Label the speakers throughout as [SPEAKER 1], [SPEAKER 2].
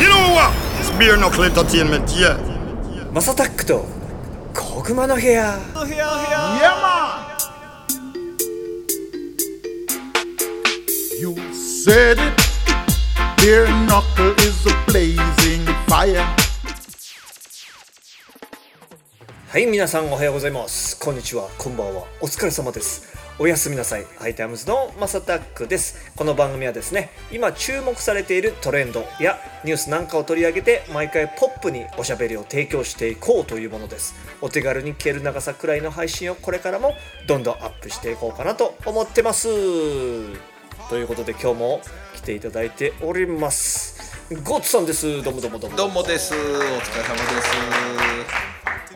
[SPEAKER 1] You know what? It's beer knuckle entertainment, yeah.
[SPEAKER 2] マサタックと小熊の部屋
[SPEAKER 3] You said it. Beer knuckle is a blazing fire.
[SPEAKER 2] はい皆さんおはようございますこんにちはこんばんはお疲れ様ですおやすみなさいハイタイムズのマサタックですこの番組はですね今注目されているトレンドやニュースなんかを取り上げて毎回ポップにおしゃべりを提供していこうというものですお手軽に消える長さくらいの配信をこれからもどんどんアップしていこうかなと思ってますということで今日も来ていただいておりますゴッツさんですどうもどうもどうも
[SPEAKER 4] どうもです。お疲れ様です。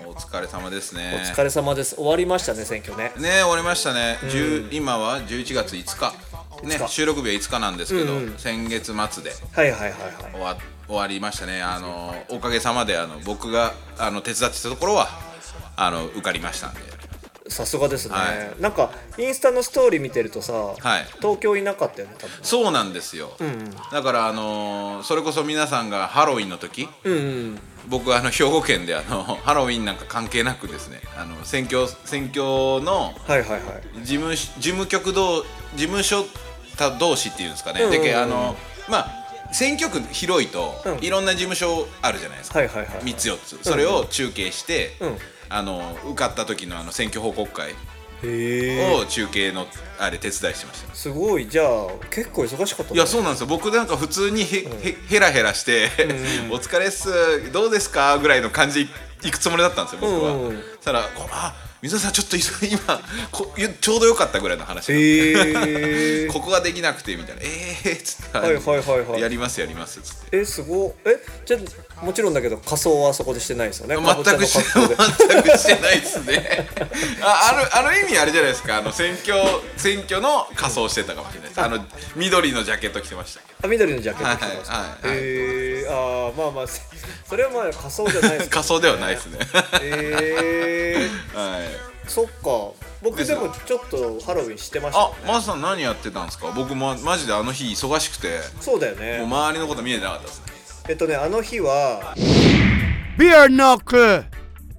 [SPEAKER 4] お疲れ様ですね。
[SPEAKER 2] お疲れ様です。終わりましたね、選挙ね。
[SPEAKER 4] ね終わりましたね。10今は11月5日。ね
[SPEAKER 2] 5日
[SPEAKER 4] 収録日は5日なんですけど、先月末で
[SPEAKER 2] はいはいはいはい。
[SPEAKER 4] 終わ終わりましたね。あのおかげさまであの僕があの手伝ってたところはあの受かりましたんで。
[SPEAKER 2] さすがですね、
[SPEAKER 4] は
[SPEAKER 2] なんかインスタのストーリー見てるとさ、
[SPEAKER 4] い
[SPEAKER 2] 東京いなかったよね、多分。
[SPEAKER 4] そうなんですよ。だからあのそれこそ皆さんがハロウィンの時、僕はあの兵庫県であのハロウィンなんか関係なくですね、あの選挙選挙の
[SPEAKER 2] はいはいはい。
[SPEAKER 4] 事務所事務局同事務所他同士っていうんですかね、
[SPEAKER 2] うんうんうん
[SPEAKER 4] でけあのまあ選挙区広いと、
[SPEAKER 2] うん
[SPEAKER 4] いろんな事務所あるじゃないですか、
[SPEAKER 2] はいはいはい
[SPEAKER 4] 3つ4つそれを中継して、
[SPEAKER 2] うん
[SPEAKER 4] あの受かった時のあの選挙報告会
[SPEAKER 2] へえ。
[SPEAKER 4] を中継のあれ手伝いしてました、
[SPEAKER 2] すごい、じゃあ、結構忙しかったね
[SPEAKER 4] いやそうなんですよ僕なんか普通にへ、へへらへらして「 お疲れっすどうですか?」ぐらいの感じいくつもりだったんですよ僕は、
[SPEAKER 2] うんうん
[SPEAKER 4] そしたらこう「あ水野さんちょっと急い今こゆちょうどよかった」ぐらいの話
[SPEAKER 2] へえ。
[SPEAKER 4] ここができなくてみたいな「ええー」っつって、
[SPEAKER 2] はいはいはいはい
[SPEAKER 4] やりますやります」っつって
[SPEAKER 2] え、すごい。え、じゃあ、もちろんだけど、仮装はそこでしてないですよね。かぼちゃ
[SPEAKER 4] 全
[SPEAKER 2] の
[SPEAKER 4] くし
[SPEAKER 2] 格好で。
[SPEAKER 4] 全くしてないですね ああるある意味あれじゃないですかあの選挙選挙の仮装してたかもしれないですあの緑のジャケット着てました
[SPEAKER 2] あ、緑のジャケット着てます。
[SPEAKER 4] はいはいはい
[SPEAKER 2] へえ、ああ、まあまあ、せそれはまあ仮装じゃない ですけど
[SPEAKER 4] 仮装ではないですね
[SPEAKER 2] へえ。
[SPEAKER 4] はい
[SPEAKER 2] そっか僕でもちょっとハロウィンしてました
[SPEAKER 4] あ
[SPEAKER 2] よね
[SPEAKER 4] マスさん何やってたんですか僕まマジであの日忙しくて
[SPEAKER 2] そうだよ
[SPEAKER 4] もう
[SPEAKER 2] ね
[SPEAKER 4] 周りのこと見えてなかったですね
[SPEAKER 2] えっとねあの日は
[SPEAKER 3] Beer knuckle.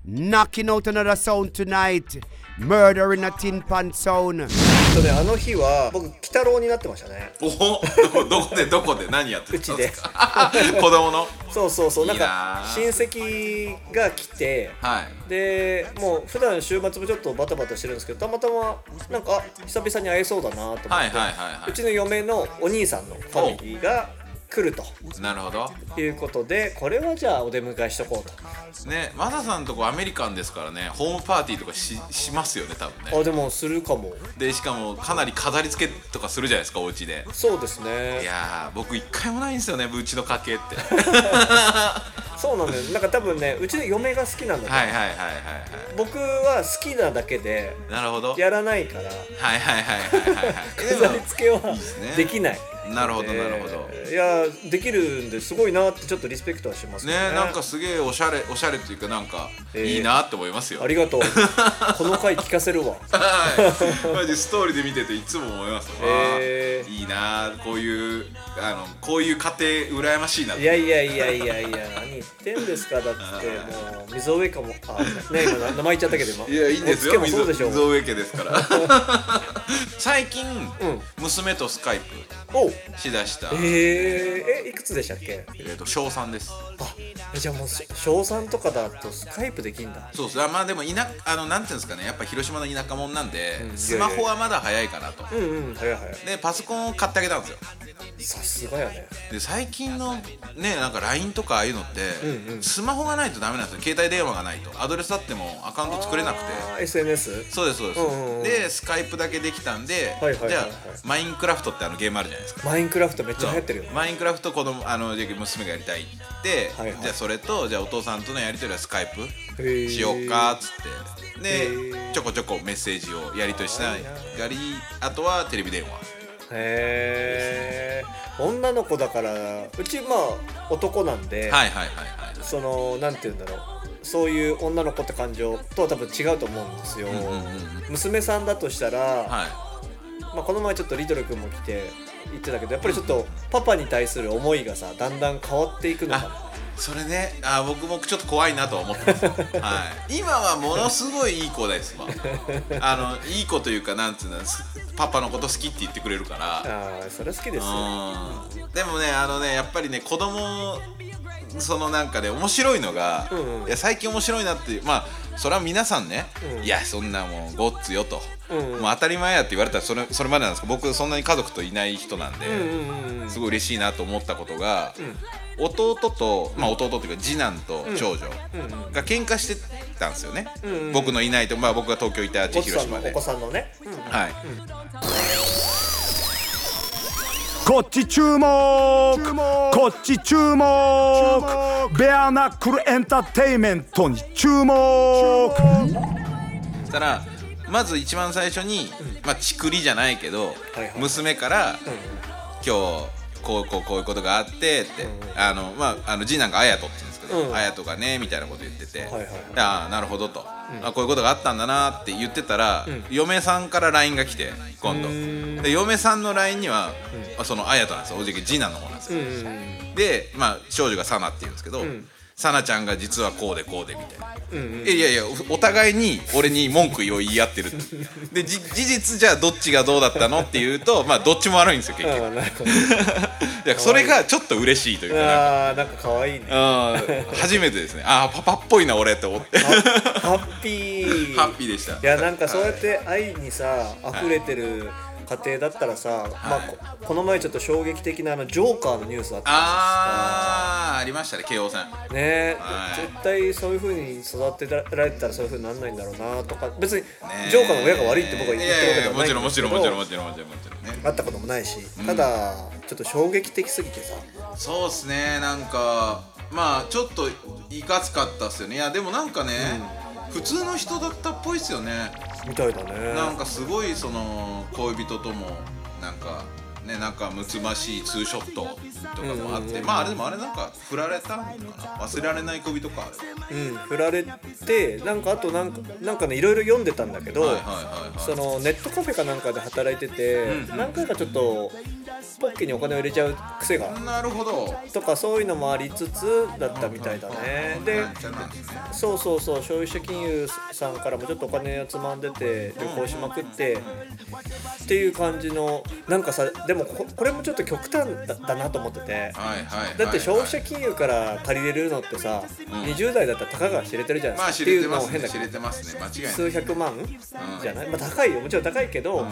[SPEAKER 3] Knocking out another sound tonight. Murdering a tin pan sound.
[SPEAKER 2] えっとねあの日は僕鬼太郎になってましたね
[SPEAKER 4] お おどこどこでどこで何やってたんです
[SPEAKER 2] う
[SPEAKER 4] か 子供の
[SPEAKER 2] そうそうそうなん
[SPEAKER 4] いいな
[SPEAKER 2] か
[SPEAKER 4] あ
[SPEAKER 2] 親戚が来て
[SPEAKER 4] はい
[SPEAKER 2] でもう普段週末もちょっとバタバタしてるんですけどたまたまなんかあ久々に会えそうだなと思って、
[SPEAKER 4] はいはいはいは
[SPEAKER 2] うちの嫁のお兄さんのファミリーが来る
[SPEAKER 4] いなるほど
[SPEAKER 2] ということでこれはじゃあお出迎えしとこうと
[SPEAKER 4] ねマサさんとこアメリカンですからねホームパーティーとかししますよね多分ね
[SPEAKER 2] あでもするかも
[SPEAKER 4] でしかもかなり飾り付けとかするじゃないですかお家で
[SPEAKER 2] そうです
[SPEAKER 4] い
[SPEAKER 2] ね
[SPEAKER 4] やー僕一回もないんですよねうちの家系って
[SPEAKER 2] そうなんだよなんか多分ねうちの嫁が好きなんだと思う
[SPEAKER 4] はいはいはいはいは
[SPEAKER 2] 僕は好きなだけで
[SPEAKER 4] いなるほどはい
[SPEAKER 2] やらないから
[SPEAKER 4] はいはいはいはい は
[SPEAKER 2] 飾
[SPEAKER 4] い
[SPEAKER 2] り付けは
[SPEAKER 4] ね
[SPEAKER 2] できない
[SPEAKER 4] なるほどなるほど
[SPEAKER 2] えーいやできるんですごいなってちょっとリスペクトはします
[SPEAKER 4] ね
[SPEAKER 2] よね
[SPEAKER 4] なんかすげえおしゃれおしゃれっていうかなんか
[SPEAKER 2] えー
[SPEAKER 4] いいなって思いますよ、
[SPEAKER 2] ありがとうこの回聞かせるわ
[SPEAKER 4] はいマジストーリーで見てていつも思いますわあ
[SPEAKER 2] えー
[SPEAKER 4] いいなーこういうあのこういう家庭羨ましいなって
[SPEAKER 2] いやいやいやいやいや何言ってんですかだってもう溝上かもあね今名前言っちゃったけど今
[SPEAKER 4] いや、いいんですよ。
[SPEAKER 2] おつけもそうでしょ
[SPEAKER 4] 水上家です から。最近、
[SPEAKER 2] ん
[SPEAKER 4] 娘とスカイプ
[SPEAKER 2] お
[SPEAKER 4] しだした、
[SPEAKER 2] えー、
[SPEAKER 4] え
[SPEAKER 2] えいくつでしたっけ
[SPEAKER 4] ー、と小三です。
[SPEAKER 2] あえじゃあもう小三とかだとスカイプできんだ
[SPEAKER 4] そうです。あまあでも田あのなんていうんですかね、やっぱ広島の田舎者なんで、
[SPEAKER 2] うん
[SPEAKER 4] スマホはまだ早いかなと。
[SPEAKER 2] うんうん早い早い
[SPEAKER 4] でパソコンを買ってあげたんですよ
[SPEAKER 2] さすがやね
[SPEAKER 4] で最近のねなんか LINE とかああいうのって、
[SPEAKER 2] うんうん
[SPEAKER 4] スマホがないとダメなんですよ携帯電話がないとアドレスあってもアカウント作れなくて
[SPEAKER 2] あー SNS?
[SPEAKER 4] そうですそうです、
[SPEAKER 2] うんうんうん
[SPEAKER 4] でスカイプだけできたんで、
[SPEAKER 2] はいはいはいはい
[SPEAKER 4] じゃあマインクラフトってあのゲームあるじゃないですか
[SPEAKER 2] マインクラフトめっちゃ流行ってるよね
[SPEAKER 4] マインクラフト子供あのじゃあ娘がやりたいって言って、
[SPEAKER 2] はいはい
[SPEAKER 4] じゃあそれとじゃあお父さんとのやり取りはスカイ
[SPEAKER 2] へー
[SPEAKER 4] プしようかっつって
[SPEAKER 2] へ
[SPEAKER 4] で
[SPEAKER 2] ー
[SPEAKER 4] ちょこちょこメッセージをやり取りし
[SPEAKER 2] あ
[SPEAKER 4] ながりあとはテレビ電話
[SPEAKER 2] へえ女の子だからうちまあ男なんで、
[SPEAKER 4] はいはいはいはい
[SPEAKER 2] そのなんて言うんだろうそういう女の子って感情とは多分違うと思うんですよ、
[SPEAKER 4] うんうんうん
[SPEAKER 2] 娘さんだとしたら、
[SPEAKER 4] はい
[SPEAKER 2] まあ、この前ちょっとリトル君も来て言ってたけどやっぱりちょっとパパに対する思いがさだんだん変わっていくのか
[SPEAKER 4] あそれねあ僕もちょっと怖いなとは思ってます、 はい、今はものすごいいい子ですわあのいい子というかなんつうのすパパのこと好きって言ってくれるから
[SPEAKER 2] なあーそれは好きですよ
[SPEAKER 4] うんでもねあのねやっぱりね子供そのなんかね面白いのが、
[SPEAKER 2] んうん
[SPEAKER 4] いや最近面白いなっていうまあそれは皆さんね、
[SPEAKER 2] うん
[SPEAKER 4] いやそんなもうごっつよと、
[SPEAKER 2] うんうん
[SPEAKER 4] もう当たり前やって言われたらそれそれまでなんですけど僕そんなに家族といない人なんで、
[SPEAKER 2] うんうんうん
[SPEAKER 4] すごい嬉しいなと思ったことが、弟と、まあ、弟というか次男と長女が喧嘩してたんですよね、
[SPEAKER 2] んうん
[SPEAKER 4] 僕のいないと、まあ、僕が東京いた
[SPEAKER 2] ゴ
[SPEAKER 4] ち
[SPEAKER 2] ッツ
[SPEAKER 4] 広
[SPEAKER 2] さんのお
[SPEAKER 4] 島で。
[SPEAKER 2] 子さんのね、うん
[SPEAKER 4] はい、
[SPEAKER 5] こっち注目こっち注目ベアナックルエンターテイメントに注目
[SPEAKER 4] そしたらまず一番最初に、まあ、ちくりじゃないけど、
[SPEAKER 2] はいはい
[SPEAKER 4] 娘から、今日こうこうこういうことがあって」って、あのまああの次男が綾人って言うんですけ
[SPEAKER 2] う
[SPEAKER 4] ど
[SPEAKER 2] ん
[SPEAKER 4] 「綾、人がね」みたいなこと言ってて
[SPEAKER 2] は
[SPEAKER 4] 「
[SPEAKER 2] いはい
[SPEAKER 4] ああなるほどと」あこういうことがあったんだな」って言ってたら、嫁さんから LINE が来て今度で嫁さんの LINE には、あその綾人なんですよおじい次男の方なんですよ、で、まあ、少女がサナっていうんですけど、サナちゃんが実はこうでこうでみたいな、えいやいやおお互いに俺に文句を言い合ってるって でじ事実じゃあどっちがどうだったのっていうとまあどっちも悪いんですよ結局
[SPEAKER 2] あーなるほど
[SPEAKER 4] いやそれがちょっと嬉しいというかなんか
[SPEAKER 2] あーなんか可愛いね
[SPEAKER 4] うん初めてですねああパパっぽいな俺って 思って
[SPEAKER 2] ハッピー
[SPEAKER 4] ハッピーでした
[SPEAKER 2] いやなんかそうやって愛にさ溢れてる家庭だったらさ、まあこ、この前ちょっと衝撃的なあのジョーカーのニュースあった
[SPEAKER 4] あーありましたね慶応戦
[SPEAKER 2] ね
[SPEAKER 4] はい
[SPEAKER 2] 絶対そういう風に育てられてたらそういう風になんないんだろうなとか別にジョーカーの親が悪いって僕は言ってるわけではない
[SPEAKER 4] やや
[SPEAKER 2] ん
[SPEAKER 4] も
[SPEAKER 2] で
[SPEAKER 4] ち
[SPEAKER 2] す
[SPEAKER 4] ろ
[SPEAKER 2] け
[SPEAKER 4] んもちろん
[SPEAKER 2] ど
[SPEAKER 4] もちろんもちろんもちろんもちろんね
[SPEAKER 2] あったこともないしただちょっと衝撃的すぎてさ
[SPEAKER 4] そうっすねなんかまあちょっといかつかったっすよねいやでもなんかね、普通の人だったっぽいっすよね、
[SPEAKER 2] みたいだね
[SPEAKER 4] なんかすごいその恋人ともなんかねなんかむつましいツーショットとかもあって、まああれでもあれなんか振られたのかな忘れられない恋人かあれ
[SPEAKER 2] うん振られてなんかあとなんかなんかねいろいろ読んでたんだけど、
[SPEAKER 4] はいはいはいはい
[SPEAKER 2] そのネットカフェかなんかで働いてて、何回かちょっとポッケにお金を入れちゃう癖が
[SPEAKER 4] なるほど
[SPEAKER 2] とかそういうのもありつつだったみたいだねで
[SPEAKER 4] なんちゃなんですね
[SPEAKER 2] そうそうそう消費者金融さんからもちょっとお金をつまんでて旅行しまくってっていう感じのなんかさでもここれもちょっと極端だだなと思ってて。
[SPEAKER 4] はいはいはいはい
[SPEAKER 2] だって消費者金融から借りれるのってさ、20代だったらたかが知れてるじゃない
[SPEAKER 4] まあ
[SPEAKER 2] ですか、
[SPEAKER 4] 知
[SPEAKER 2] って
[SPEAKER 4] れ
[SPEAKER 2] い
[SPEAKER 4] て
[SPEAKER 2] うの
[SPEAKER 4] ま
[SPEAKER 2] も
[SPEAKER 4] す
[SPEAKER 2] 変だ
[SPEAKER 4] ね
[SPEAKER 2] け
[SPEAKER 4] 知
[SPEAKER 2] ど
[SPEAKER 4] れてますね間違いない
[SPEAKER 2] 数百万じゃない、まあ、高いよもちろん高いけど、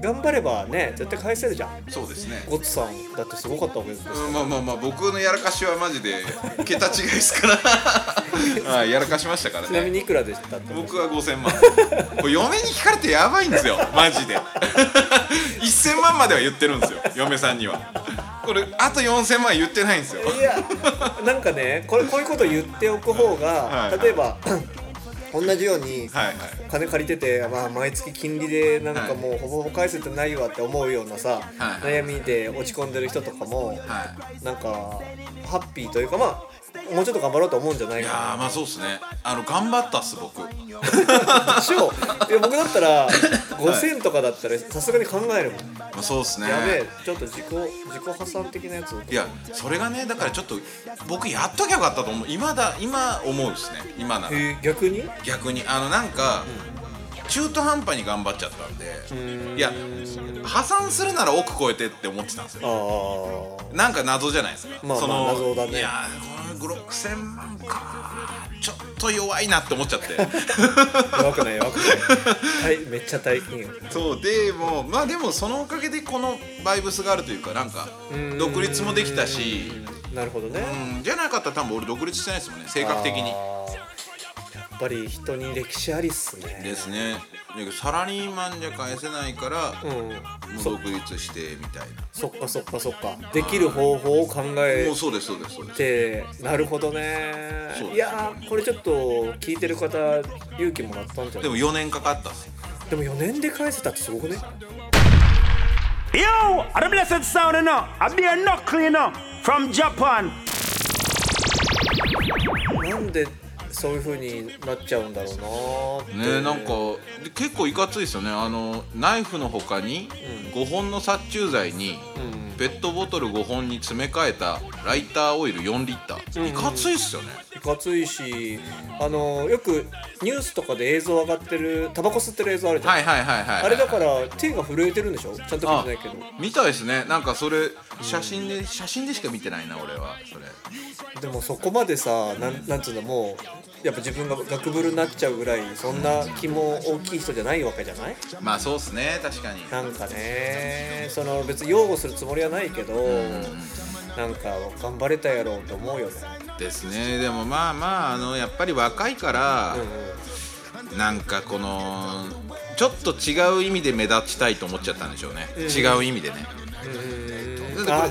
[SPEAKER 2] 頑張ればね絶対返せるじゃん
[SPEAKER 4] そうですね
[SPEAKER 2] ゴッツさんだってすごかったわけですから
[SPEAKER 4] うんまあまあまあ僕のやらかしはマジで桁違いですから はいやらかしましたから
[SPEAKER 2] ちなみ
[SPEAKER 4] ね
[SPEAKER 2] にいくらでしたって
[SPEAKER 4] 僕は5000万これ嫁に聞かれてやばいんですよマジで 1000万までは言ってるんですよ嫁さんにはこれあと4000万言ってないんですよ
[SPEAKER 2] いやなんかねこれこういうこと言っておく方が、
[SPEAKER 4] はい
[SPEAKER 2] 例えば同じように、
[SPEAKER 4] はいはい
[SPEAKER 2] 金借りてて、まあ、毎月金利でなんかもうほぼほぼ返せてないわって思うようなさ、
[SPEAKER 4] は
[SPEAKER 2] 悩みで落ち込んでる人とかも、
[SPEAKER 4] は
[SPEAKER 2] なんかハッピーというかまあもうちょっと頑張ろうと思うんじゃない
[SPEAKER 4] い
[SPEAKER 2] か
[SPEAKER 4] や
[SPEAKER 2] な
[SPEAKER 4] ーまあそうっすねあの頑張ったっす僕
[SPEAKER 2] でしょいや僕だった ら5000とかだったらさすがに考えるもん、
[SPEAKER 4] まあそうっすね
[SPEAKER 2] やべえちょっと自己自己破産的なやつ
[SPEAKER 4] いやそれがねだからちょっと僕やっときゃよかったと思う今だ今思うっすね今なら
[SPEAKER 2] え逆に
[SPEAKER 4] 逆にあのなんか、中途半端に頑張っちゃったんでいや破産するなら億超えてって思ってたんですよ
[SPEAKER 2] ああ
[SPEAKER 4] なんか謎じゃないですか、
[SPEAKER 2] まあ
[SPEAKER 4] その
[SPEAKER 2] まあ謎だね
[SPEAKER 4] いやーこの5 6千万かちょっと弱いなって思っちゃって
[SPEAKER 2] 弱くない弱く ないはいめっちゃ大金よ
[SPEAKER 4] そうでもまあでもそのおかげでこのバイブスがあるというかなんか
[SPEAKER 2] ん
[SPEAKER 4] 独立もできたし
[SPEAKER 2] なるほどね
[SPEAKER 4] うんじゃなかったら多分俺独立してないですもんね性格的に
[SPEAKER 2] あーやっぱり人に歴史ありっすね
[SPEAKER 4] ですねだけどサラリーマンじゃ返せないから、
[SPEAKER 2] うん
[SPEAKER 4] もう
[SPEAKER 2] そ
[SPEAKER 4] 独立してみたいな
[SPEAKER 2] そっかそっかそっかできる方法を考え
[SPEAKER 4] もうそうですそうですそうです
[SPEAKER 2] てなるほどね
[SPEAKER 4] そう
[SPEAKER 2] いやーこれちょっと聞いてる方勇気もらったんじゃな
[SPEAKER 4] で
[SPEAKER 2] い
[SPEAKER 4] も4年かかったっす
[SPEAKER 2] でも4年で返せたってすごくね
[SPEAKER 5] Yo, I'm blessed sound enough. I be a knuckle enough from Japan.
[SPEAKER 2] なんでそういう風になっちゃうんだろうな
[SPEAKER 4] ねなんかで結構いかついですよねあのナイフの他に5本の殺虫剤にペットボトル5本に詰め替えたライターオイル4リッターいかついっすよね
[SPEAKER 2] いかついしあのよくニュースとかで映像上がってるタバコ吸ってる映像あるじゃん、
[SPEAKER 4] はいはいはいはい
[SPEAKER 2] あれだから手が震えてるんでしょちゃんと見てないけど
[SPEAKER 4] 見たいですねなんかそれ写真で写真でしか見てないな俺はそれ
[SPEAKER 2] でもそこまでさなんなんつうのもうやっぱ自分がガクブルになっちゃうぐらいそんな気も大きい人じゃないわけじゃない
[SPEAKER 4] まあそうっすね確かに
[SPEAKER 2] なんかねその別に擁護するつもりはないけど、なんか頑張れたやろうと思うよね
[SPEAKER 4] ですねでもまあまああのやっぱり若いから、なんかこのちょっと違う意味で目立ちたいと思っちゃったんでしょうね、違う意味でね、だって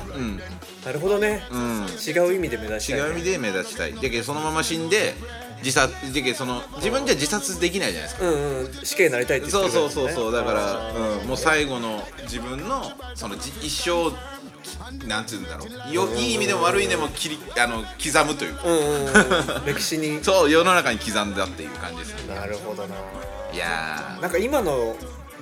[SPEAKER 4] これうん
[SPEAKER 2] なるほどね、
[SPEAKER 4] うん
[SPEAKER 2] 違う意味で目指したい、ね、
[SPEAKER 4] 違う意味で目立ちたいだけどそのまま死んで自殺だけどその自分じゃ自殺できないじゃないですか
[SPEAKER 2] うんうん死刑になりたいって言っ
[SPEAKER 4] そ
[SPEAKER 2] て
[SPEAKER 4] う
[SPEAKER 2] くれ
[SPEAKER 4] そう
[SPEAKER 2] る
[SPEAKER 4] そうそうだ
[SPEAKER 2] ね
[SPEAKER 4] から、
[SPEAKER 2] あ
[SPEAKER 4] うん、もう最後の自分のそのじ一生なんて言うんだろうよいい意味でも悪い意味でも切りあの刻むというか
[SPEAKER 2] ーうんうん、うん、歴史に
[SPEAKER 4] そう世の中に刻んだっていう感じですね
[SPEAKER 2] なるほどない
[SPEAKER 4] や
[SPEAKER 2] なんか今の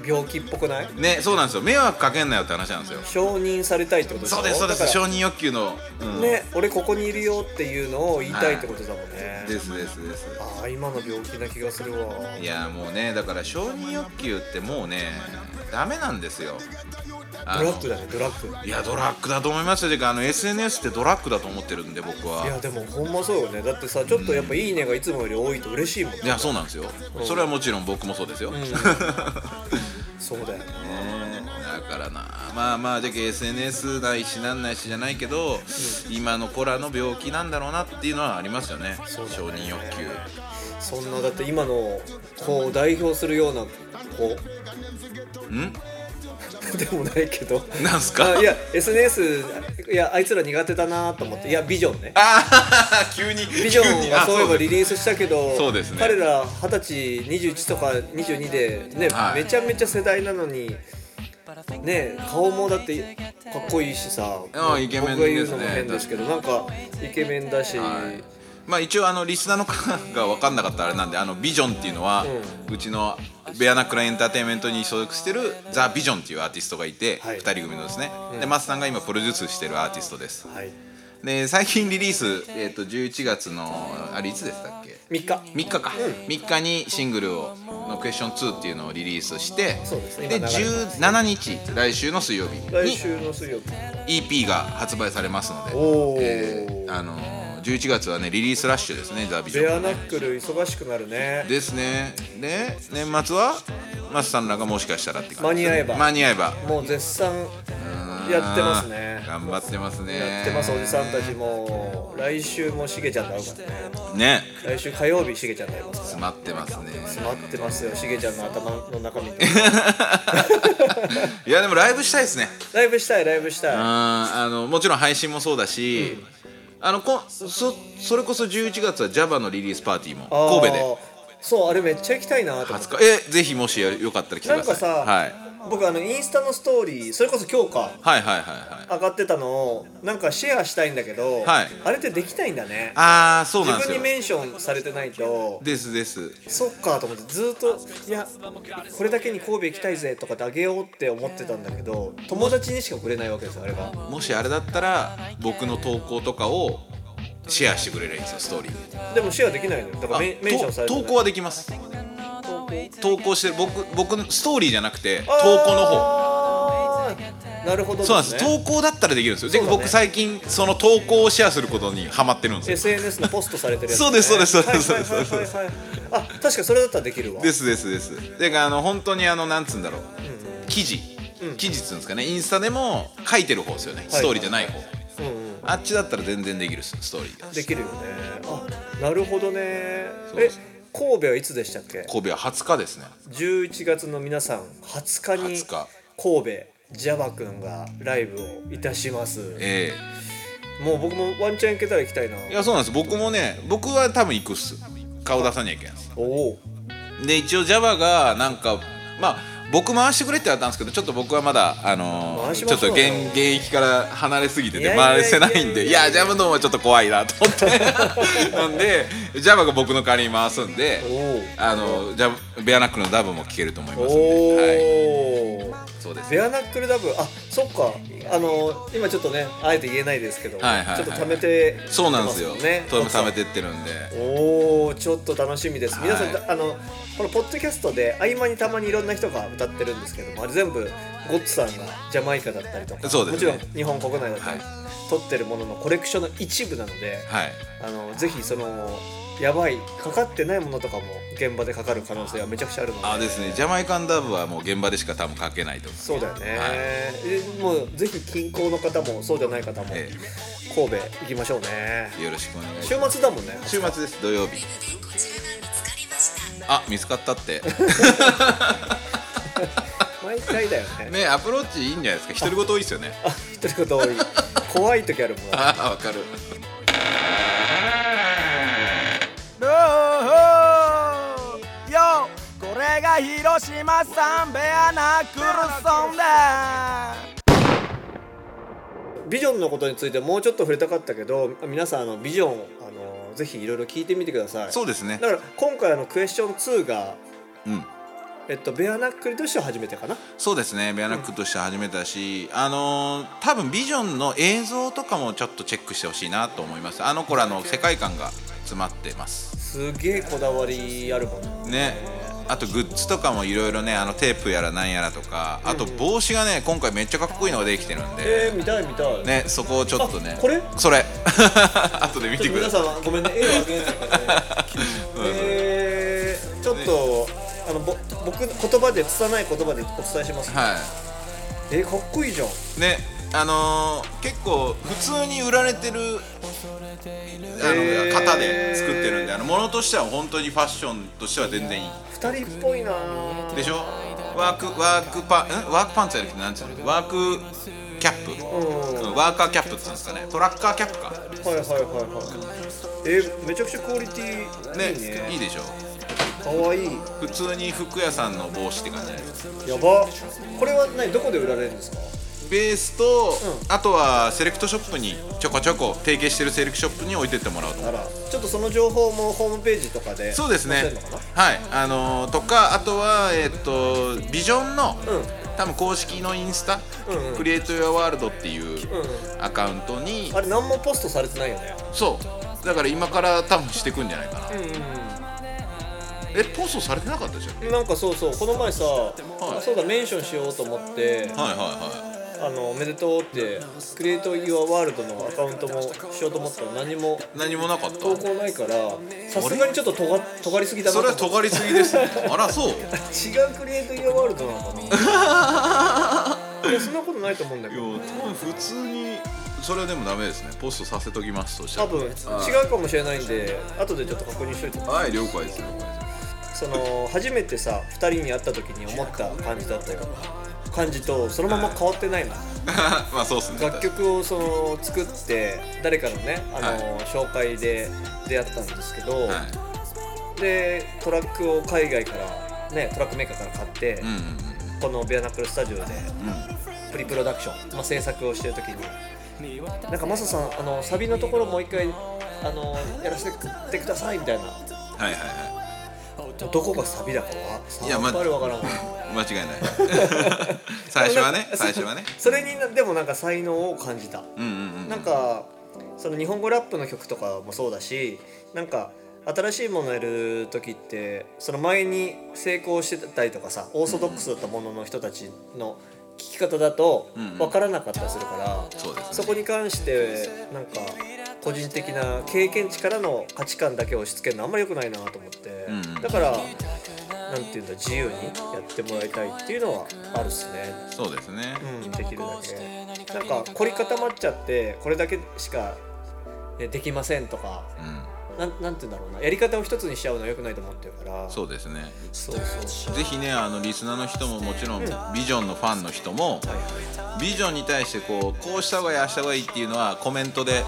[SPEAKER 2] 病気っぽくない
[SPEAKER 4] ーねそうなんですよ迷惑かけんなよって話なんですよ
[SPEAKER 2] 承認されたいってことでしょ
[SPEAKER 4] そうですそう
[SPEAKER 2] だ
[SPEAKER 4] です
[SPEAKER 2] から
[SPEAKER 4] 承認欲求の、うん、
[SPEAKER 2] ね俺ここにいるよっていうのを言いたいってことだもんね、
[SPEAKER 4] ですですです
[SPEAKER 2] ああ今の病気な気がするわ
[SPEAKER 4] いやーもうねだから承認欲求ってもうねダメなんですよあ
[SPEAKER 2] ド
[SPEAKER 4] の
[SPEAKER 2] ラッグだねドラッグ
[SPEAKER 4] いやドラッグだと思いますよてかあの SNS ってドラッグだと思ってるんで僕はい
[SPEAKER 2] やでもほんまそうよねだってさちょっとやっぱ「いいね」がいつもより多いと嬉しいもん
[SPEAKER 4] いやそうなんですよそれはもちろん僕もそうですよ、 ね
[SPEAKER 2] そうだよね
[SPEAKER 4] だからなまあまあじゃけ SNS ないしなんないしじゃないけど、今の子らの病気なんだろうなっていうのはありますよね承認欲求
[SPEAKER 2] そんなだって今の子を代表するような子
[SPEAKER 4] ん
[SPEAKER 2] でもないけど
[SPEAKER 4] なんすか
[SPEAKER 2] あいや SNS いやあいつら苦手だなと思っていやビジョンね
[SPEAKER 4] あー 急に
[SPEAKER 2] ビジョ
[SPEAKER 4] 急
[SPEAKER 2] ン
[SPEAKER 4] に
[SPEAKER 2] は
[SPEAKER 4] あ
[SPEAKER 2] そういえば
[SPEAKER 4] で
[SPEAKER 2] リリースしたけど
[SPEAKER 4] そうですね
[SPEAKER 2] 彼ら二十歳21とか22でね、
[SPEAKER 4] はい
[SPEAKER 2] めちゃめちゃ世代なのにね顔もだってかっこいいしさ
[SPEAKER 4] ああイケメン
[SPEAKER 2] 僕が言
[SPEAKER 4] で
[SPEAKER 2] う
[SPEAKER 4] す
[SPEAKER 2] の
[SPEAKER 4] ね
[SPEAKER 2] も変ですけどなんかイケメンだし、
[SPEAKER 4] はいまあ一応あのリスナーの方が分かんなかったらあれなんであのビジョンっていうのは、うちのベアナックラエンターテインメントに所属してるザ・ビジョンっていうアーティストがいて、
[SPEAKER 2] はい
[SPEAKER 4] 2人組のですね、でマスさんが今プロデュースしてるアーティストです
[SPEAKER 2] はい、
[SPEAKER 4] で最近リリース、えー、と11月のあれいつでしたっけ
[SPEAKER 2] 3日
[SPEAKER 4] 3日か、3日にシングルをのクエスチョン2っていうのをリリースして
[SPEAKER 2] そうですね
[SPEAKER 4] で
[SPEAKER 2] 今流れて
[SPEAKER 4] 17日来週の水曜日
[SPEAKER 2] 来
[SPEAKER 4] に
[SPEAKER 2] 週の水曜日
[SPEAKER 4] EP が発売されますので
[SPEAKER 2] おー
[SPEAKER 4] えーあのー11月はねリリースラッシュですねザ・ビジ
[SPEAKER 2] ベ
[SPEAKER 4] ョ
[SPEAKER 2] ア
[SPEAKER 4] ン
[SPEAKER 2] ナックル忙しくなるね
[SPEAKER 4] ですねで年末はマスさんらがもしかしたらって感
[SPEAKER 2] 間
[SPEAKER 4] じ
[SPEAKER 2] に合えば
[SPEAKER 4] 間に合えば
[SPEAKER 2] もう絶賛やってますね
[SPEAKER 4] 頑張ってますね
[SPEAKER 2] やってますおじさんたちも来週もしげちゃんと会うからね
[SPEAKER 4] ね
[SPEAKER 2] 来週火曜日しげちゃんと会いますから
[SPEAKER 4] 詰まってますね
[SPEAKER 2] 待ってますよしげちゃんの頭の中見て
[SPEAKER 4] いやでもライブしたいですね
[SPEAKER 2] ライブしたいライブしたい
[SPEAKER 4] あーあのもちろん配信もそうだし、あのこそそれこそ11月は JAVA のリリースパーティーも
[SPEAKER 2] あー
[SPEAKER 4] 神戸で
[SPEAKER 2] そうあれめっちゃ行きたいなと思って
[SPEAKER 4] 20日えぜひもしよかったら来てく
[SPEAKER 2] なん
[SPEAKER 4] ださ
[SPEAKER 2] か
[SPEAKER 4] い
[SPEAKER 2] さ、
[SPEAKER 4] はい、
[SPEAKER 2] 僕あのインスタのストーリーそれこそ今日か
[SPEAKER 4] はいはいはいはい
[SPEAKER 2] 上がってたのをなんかシェアしたいんだけど、
[SPEAKER 4] はい
[SPEAKER 2] あれってできないんだね
[SPEAKER 4] ああそうなんで
[SPEAKER 2] 自分
[SPEAKER 4] すよ
[SPEAKER 2] にメンションされてないと
[SPEAKER 4] ですです
[SPEAKER 2] そっかと思ってずーっといやこれだけに神戸行きたいぜとかってあげようって思ってたんだけど友達にしかくれないわけですよあれが
[SPEAKER 4] もしあれだったら僕の投稿とかをシェアしてくれればいいんですよストーリー
[SPEAKER 2] で
[SPEAKER 4] で
[SPEAKER 2] もシェアできないのよだからメンメンションさ
[SPEAKER 4] あ
[SPEAKER 2] れてな
[SPEAKER 4] と
[SPEAKER 2] い
[SPEAKER 4] 投稿はできます投稿して僕僕のストーリーじゃなくて投
[SPEAKER 2] あー
[SPEAKER 4] 稿の方
[SPEAKER 2] なるほど
[SPEAKER 4] そうなんです
[SPEAKER 2] ね
[SPEAKER 4] 投稿だったらできるんですよ、で
[SPEAKER 2] そうだね
[SPEAKER 4] 僕最近その投稿をシェアすることにハマってるんですよ
[SPEAKER 2] SNS のポストされてるやつね、
[SPEAKER 4] そうですそうですそうですそうですそうです
[SPEAKER 2] はいはいはいはいあ確かそれだったらできるわ
[SPEAKER 4] ですですですであの本当にあのなんつうんだろう、記事記事っつうんですかねインスタでも書いてる方ですよね、ストーリーじゃない方
[SPEAKER 2] うんうん
[SPEAKER 4] あっちだったら全然できるっすストーリーが
[SPEAKER 2] できるよねあなるほどね
[SPEAKER 4] そう
[SPEAKER 2] え
[SPEAKER 4] です
[SPEAKER 2] 神戸はいつでしたっけ
[SPEAKER 4] 神戸は20日ですね
[SPEAKER 2] 11月の皆さん20日に
[SPEAKER 4] 20日
[SPEAKER 2] 神戸ジャバくんがライブをいたします
[SPEAKER 4] え
[SPEAKER 2] もう僕もワンチャン行けたら行きたいな
[SPEAKER 4] えいやそうなんです僕もね僕は多分行くっす顔出さにゃいけないです
[SPEAKER 2] おお
[SPEAKER 4] で一応 Java がなんかまあ僕回してくれって言われたんですけどちょっと僕はまだあの
[SPEAKER 2] 回し
[SPEAKER 4] ち
[SPEAKER 2] ま
[SPEAKER 4] ょっ
[SPEAKER 2] しょう
[SPEAKER 4] と
[SPEAKER 2] よ
[SPEAKER 4] 現現役から離れすぎて
[SPEAKER 2] いや
[SPEAKER 4] て
[SPEAKER 2] いやいやい
[SPEAKER 4] 回
[SPEAKER 2] や
[SPEAKER 4] せないんでいやジャムドンはちょっと怖いなと思って なんでジャバが僕の代わりに回すんで
[SPEAKER 2] おう
[SPEAKER 4] あのジャブベアナックルのダブも聞けると思い
[SPEAKER 2] お
[SPEAKER 4] ますんで、
[SPEAKER 2] お、
[SPEAKER 4] はい、そうですね
[SPEAKER 2] ベアナックルダブあそっかあの今ちょっとねあえて言えないですけど、
[SPEAKER 4] はいはいはい
[SPEAKER 2] ちょっと貯めて
[SPEAKER 4] そうなんですよ。
[SPEAKER 2] ね
[SPEAKER 4] と貯めてってるんで。
[SPEAKER 2] おおちょっと楽しみです、
[SPEAKER 4] はい
[SPEAKER 2] 皆さんあのこのポッドキャストで合間にたまにいろんな人が歌ってるんですけどもあれ全部ゴッツさんがジャマイカだったりとか
[SPEAKER 4] そうですね
[SPEAKER 2] もちろん日本国内だったり、
[SPEAKER 4] は
[SPEAKER 2] 撮ってるもののコレクションの一部なので
[SPEAKER 4] はい。
[SPEAKER 2] あのぜひそのやばいかかってないものとかも現場でかかる可能性はめちゃくちゃあるので
[SPEAKER 4] あですね。ジャマイカンダブはもう現場でしか多分書けないと思う。
[SPEAKER 2] そうだよね、
[SPEAKER 4] はい
[SPEAKER 2] えもうぜひ近郊の方もそうじゃない方も
[SPEAKER 4] え
[SPEAKER 2] 神戸行きましょうね
[SPEAKER 4] えよろしくお願いし
[SPEAKER 2] 週
[SPEAKER 4] ま
[SPEAKER 2] 末だもんね
[SPEAKER 4] す。週末です。土曜日。あ見つかった って。
[SPEAKER 2] 毎回だよね
[SPEAKER 4] ねアプローチいいんじゃないですか。独り言多いですよね。
[SPEAKER 2] あ 一人言多い怖い時あるもん
[SPEAKER 4] あ あわかる。
[SPEAKER 6] よこれが広島サンベアナクルソンだ
[SPEAKER 2] ビジョンのことについてもうちょっと触れたかったけど皆さんあのビジョンあのぜひいろいろ聞いてみてください
[SPEAKER 4] そうですね
[SPEAKER 2] だ。から今回あのクエスチョン2が
[SPEAKER 4] うん。
[SPEAKER 2] えっとベアナックルとしては初めてかな
[SPEAKER 4] そうですね。ベアナックとして始めたし、あのー多分ビジョンの映像とかもちょっとチェックしてほしいなと思います。あの頃あの世界観が詰まってます。
[SPEAKER 2] すげえこだわりあるもんね
[SPEAKER 4] ねあとグッズとかもいろいろねあのテープやらなんやらとかあと帽子がね今回めっちゃかっこいいのができてるんで、
[SPEAKER 2] えー、見たい見たい
[SPEAKER 4] ねそこをちょっとね
[SPEAKER 2] あこれ
[SPEAKER 4] それ 後で見
[SPEAKER 2] ち
[SPEAKER 4] て
[SPEAKER 2] ょっと皆
[SPEAKER 4] くださ
[SPEAKER 2] さ
[SPEAKER 4] い
[SPEAKER 2] んはごめんね絵をあげなかった ねえー、ちょっとあのぼ僕言葉で拙い言葉でお伝えします、
[SPEAKER 4] は
[SPEAKER 2] えー、かっこいいじゃん
[SPEAKER 4] いねあのー結構普通に売られてるあ
[SPEAKER 2] へー
[SPEAKER 4] の型で作ってるんであの物としては本当にファッションとしては全然いい
[SPEAKER 2] 二人っぽいなー
[SPEAKER 4] でしょワークワークパンんワークパンツじゃなくてなんつうのワークキャップ、うんワーカーキャップって言うんですかねトラッカーキャップか
[SPEAKER 2] はいはいはいはいえー、めちゃくちゃクオリティ
[SPEAKER 4] ね
[SPEAKER 2] いい
[SPEAKER 4] いい
[SPEAKER 2] ね
[SPEAKER 4] でしょ
[SPEAKER 2] かわいい
[SPEAKER 4] 普通に服屋さんの帽子って感じじゃないですか
[SPEAKER 2] やばこれは何どこで売られるんですか
[SPEAKER 4] ベースと、
[SPEAKER 2] う
[SPEAKER 4] あとはセレクトショップにちょこちょこ提携してるセレクトショップに置いてってもらうと
[SPEAKER 2] あらちょっとその情報もホームページとかで
[SPEAKER 4] そうです
[SPEAKER 2] 載せ
[SPEAKER 4] ね
[SPEAKER 2] るのか
[SPEAKER 4] はいあのーとかあとはえっ、とビジョンの、
[SPEAKER 2] うん
[SPEAKER 4] 多分公式のインスタ、
[SPEAKER 2] うんうん
[SPEAKER 4] クリエイト・ヨア・ワールドっていう
[SPEAKER 2] う
[SPEAKER 4] アカウントに
[SPEAKER 2] なあれ何もポストされてないよね
[SPEAKER 4] そうだから今から多分してくんじゃないかな、
[SPEAKER 2] う
[SPEAKER 4] えポストされてなかったじゃん
[SPEAKER 2] んなんかそうそうこの前さ、
[SPEAKER 4] い
[SPEAKER 2] そうだメンションしようと思って、
[SPEAKER 4] はいはいは
[SPEAKER 2] あのおめでとうってクリエイト・ユア・ワールドのアカウントもしようと思ったら何も
[SPEAKER 4] い何もなかった
[SPEAKER 2] 投稿ないからさすがにちょっととが尖りすぎだな
[SPEAKER 4] それは
[SPEAKER 2] と思っ
[SPEAKER 4] 尖りすぎです ねあらそう
[SPEAKER 2] て違うクリエイト・ユア・ワールドなのか ないやそんなことないと思うんだけ
[SPEAKER 4] いや
[SPEAKER 2] ど
[SPEAKER 4] 多分普通にそれはでもダメですねポストさせときますとした
[SPEAKER 2] 多
[SPEAKER 4] ら
[SPEAKER 2] 分違うかもしれないんで後でちょっと確認しといて
[SPEAKER 4] はい了解です了
[SPEAKER 2] その初めてさ2人に会った時に思った感じだったよ感じとそのまま変わってないな
[SPEAKER 4] 解です まあそうっすね
[SPEAKER 2] 楽曲をその作って誰かのねあの、紹介で出会ったんですけど、
[SPEAKER 4] はい
[SPEAKER 2] でトラックを海外からねトラックメーカーから買って、
[SPEAKER 4] うんうんうん
[SPEAKER 2] このベアナックルスタジオで
[SPEAKER 4] うん
[SPEAKER 2] プリプロダクション、まあ、制作をしてる時になんかマサさんあのサビのところもう一回あのやらせてくださいみたいな
[SPEAKER 4] はいはいは
[SPEAKER 2] どこがサビだかはさ
[SPEAKER 4] いやま
[SPEAKER 2] っぱりわからんわ
[SPEAKER 4] い間違いない 最初はね最初はね
[SPEAKER 2] それになでもなんか才能を感じた
[SPEAKER 4] うんうんうん
[SPEAKER 2] なんかその日本語ラップの曲とかもそうだしなんか新しいものをやる時ってその前に成功してたりとかさオーソドックスだったものの人たちの聞き方だと
[SPEAKER 4] うん
[SPEAKER 2] 分からなかったりするから、
[SPEAKER 4] そうですね
[SPEAKER 2] そこに関してなんか個人的な経験値からの価値観だけを押し付けるのあんまり良くないなと思って、
[SPEAKER 4] うんうん
[SPEAKER 2] だからなんていうんだ自由にやってもらいたいっていうのはあるっすね。
[SPEAKER 4] そうですね
[SPEAKER 2] うん、できるだけなんか凝り固まっちゃってこれだけしかねできませんとか
[SPEAKER 4] うん
[SPEAKER 2] なんなんて言うんだろうなやり方を一つにしちゃうのはよくないと思ってるから
[SPEAKER 4] そうですね
[SPEAKER 2] そうそう
[SPEAKER 4] ぜひねあのリスナーの人ももちろんビジョンのファンの人もビジョンに対してこうこうした方がいいああした方がいいっていうのはコメントで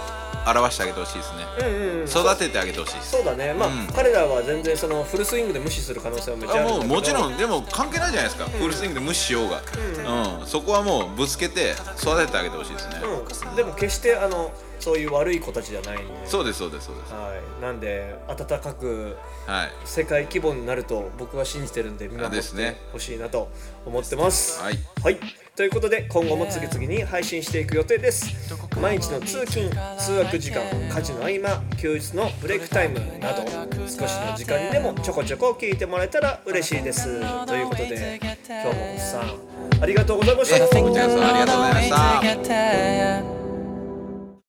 [SPEAKER 4] 表してあげてほしいですね、育ててあげてほしいです
[SPEAKER 2] そうだねまあ、
[SPEAKER 4] うん
[SPEAKER 2] 彼らは全然そのフルスイングで無視する可能性はめちゃ
[SPEAKER 4] あ
[SPEAKER 2] ある
[SPEAKER 4] もうもち
[SPEAKER 2] ん
[SPEAKER 4] ろ
[SPEAKER 2] だ
[SPEAKER 4] んでも関係ないじゃないですか、フルスイングで無視しようが、うんそこはもうぶつけて育ててあげてほしいですね、
[SPEAKER 2] けど、うん、でも決してあのそういう悪い子たちじゃないんで
[SPEAKER 4] そうですそうですそうです
[SPEAKER 2] はい、なんで温かく
[SPEAKER 4] はい
[SPEAKER 2] 世界規模になると僕は信じてるんで見守っ
[SPEAKER 4] です
[SPEAKER 2] て
[SPEAKER 4] ね
[SPEAKER 2] ほしいなと思ってます。
[SPEAKER 4] はい、
[SPEAKER 2] ということで今後も次々に配信していく予定です毎日の通勤通学時間家事の合間休日のブレイクタイムなど少しの時間にでもちょこちょこ聞いてもらえたら嬉しいですということで今日もおっさんありがとうございました
[SPEAKER 4] こちらこそありがとうございました
[SPEAKER 7] Gotta find a way to get there, yeah.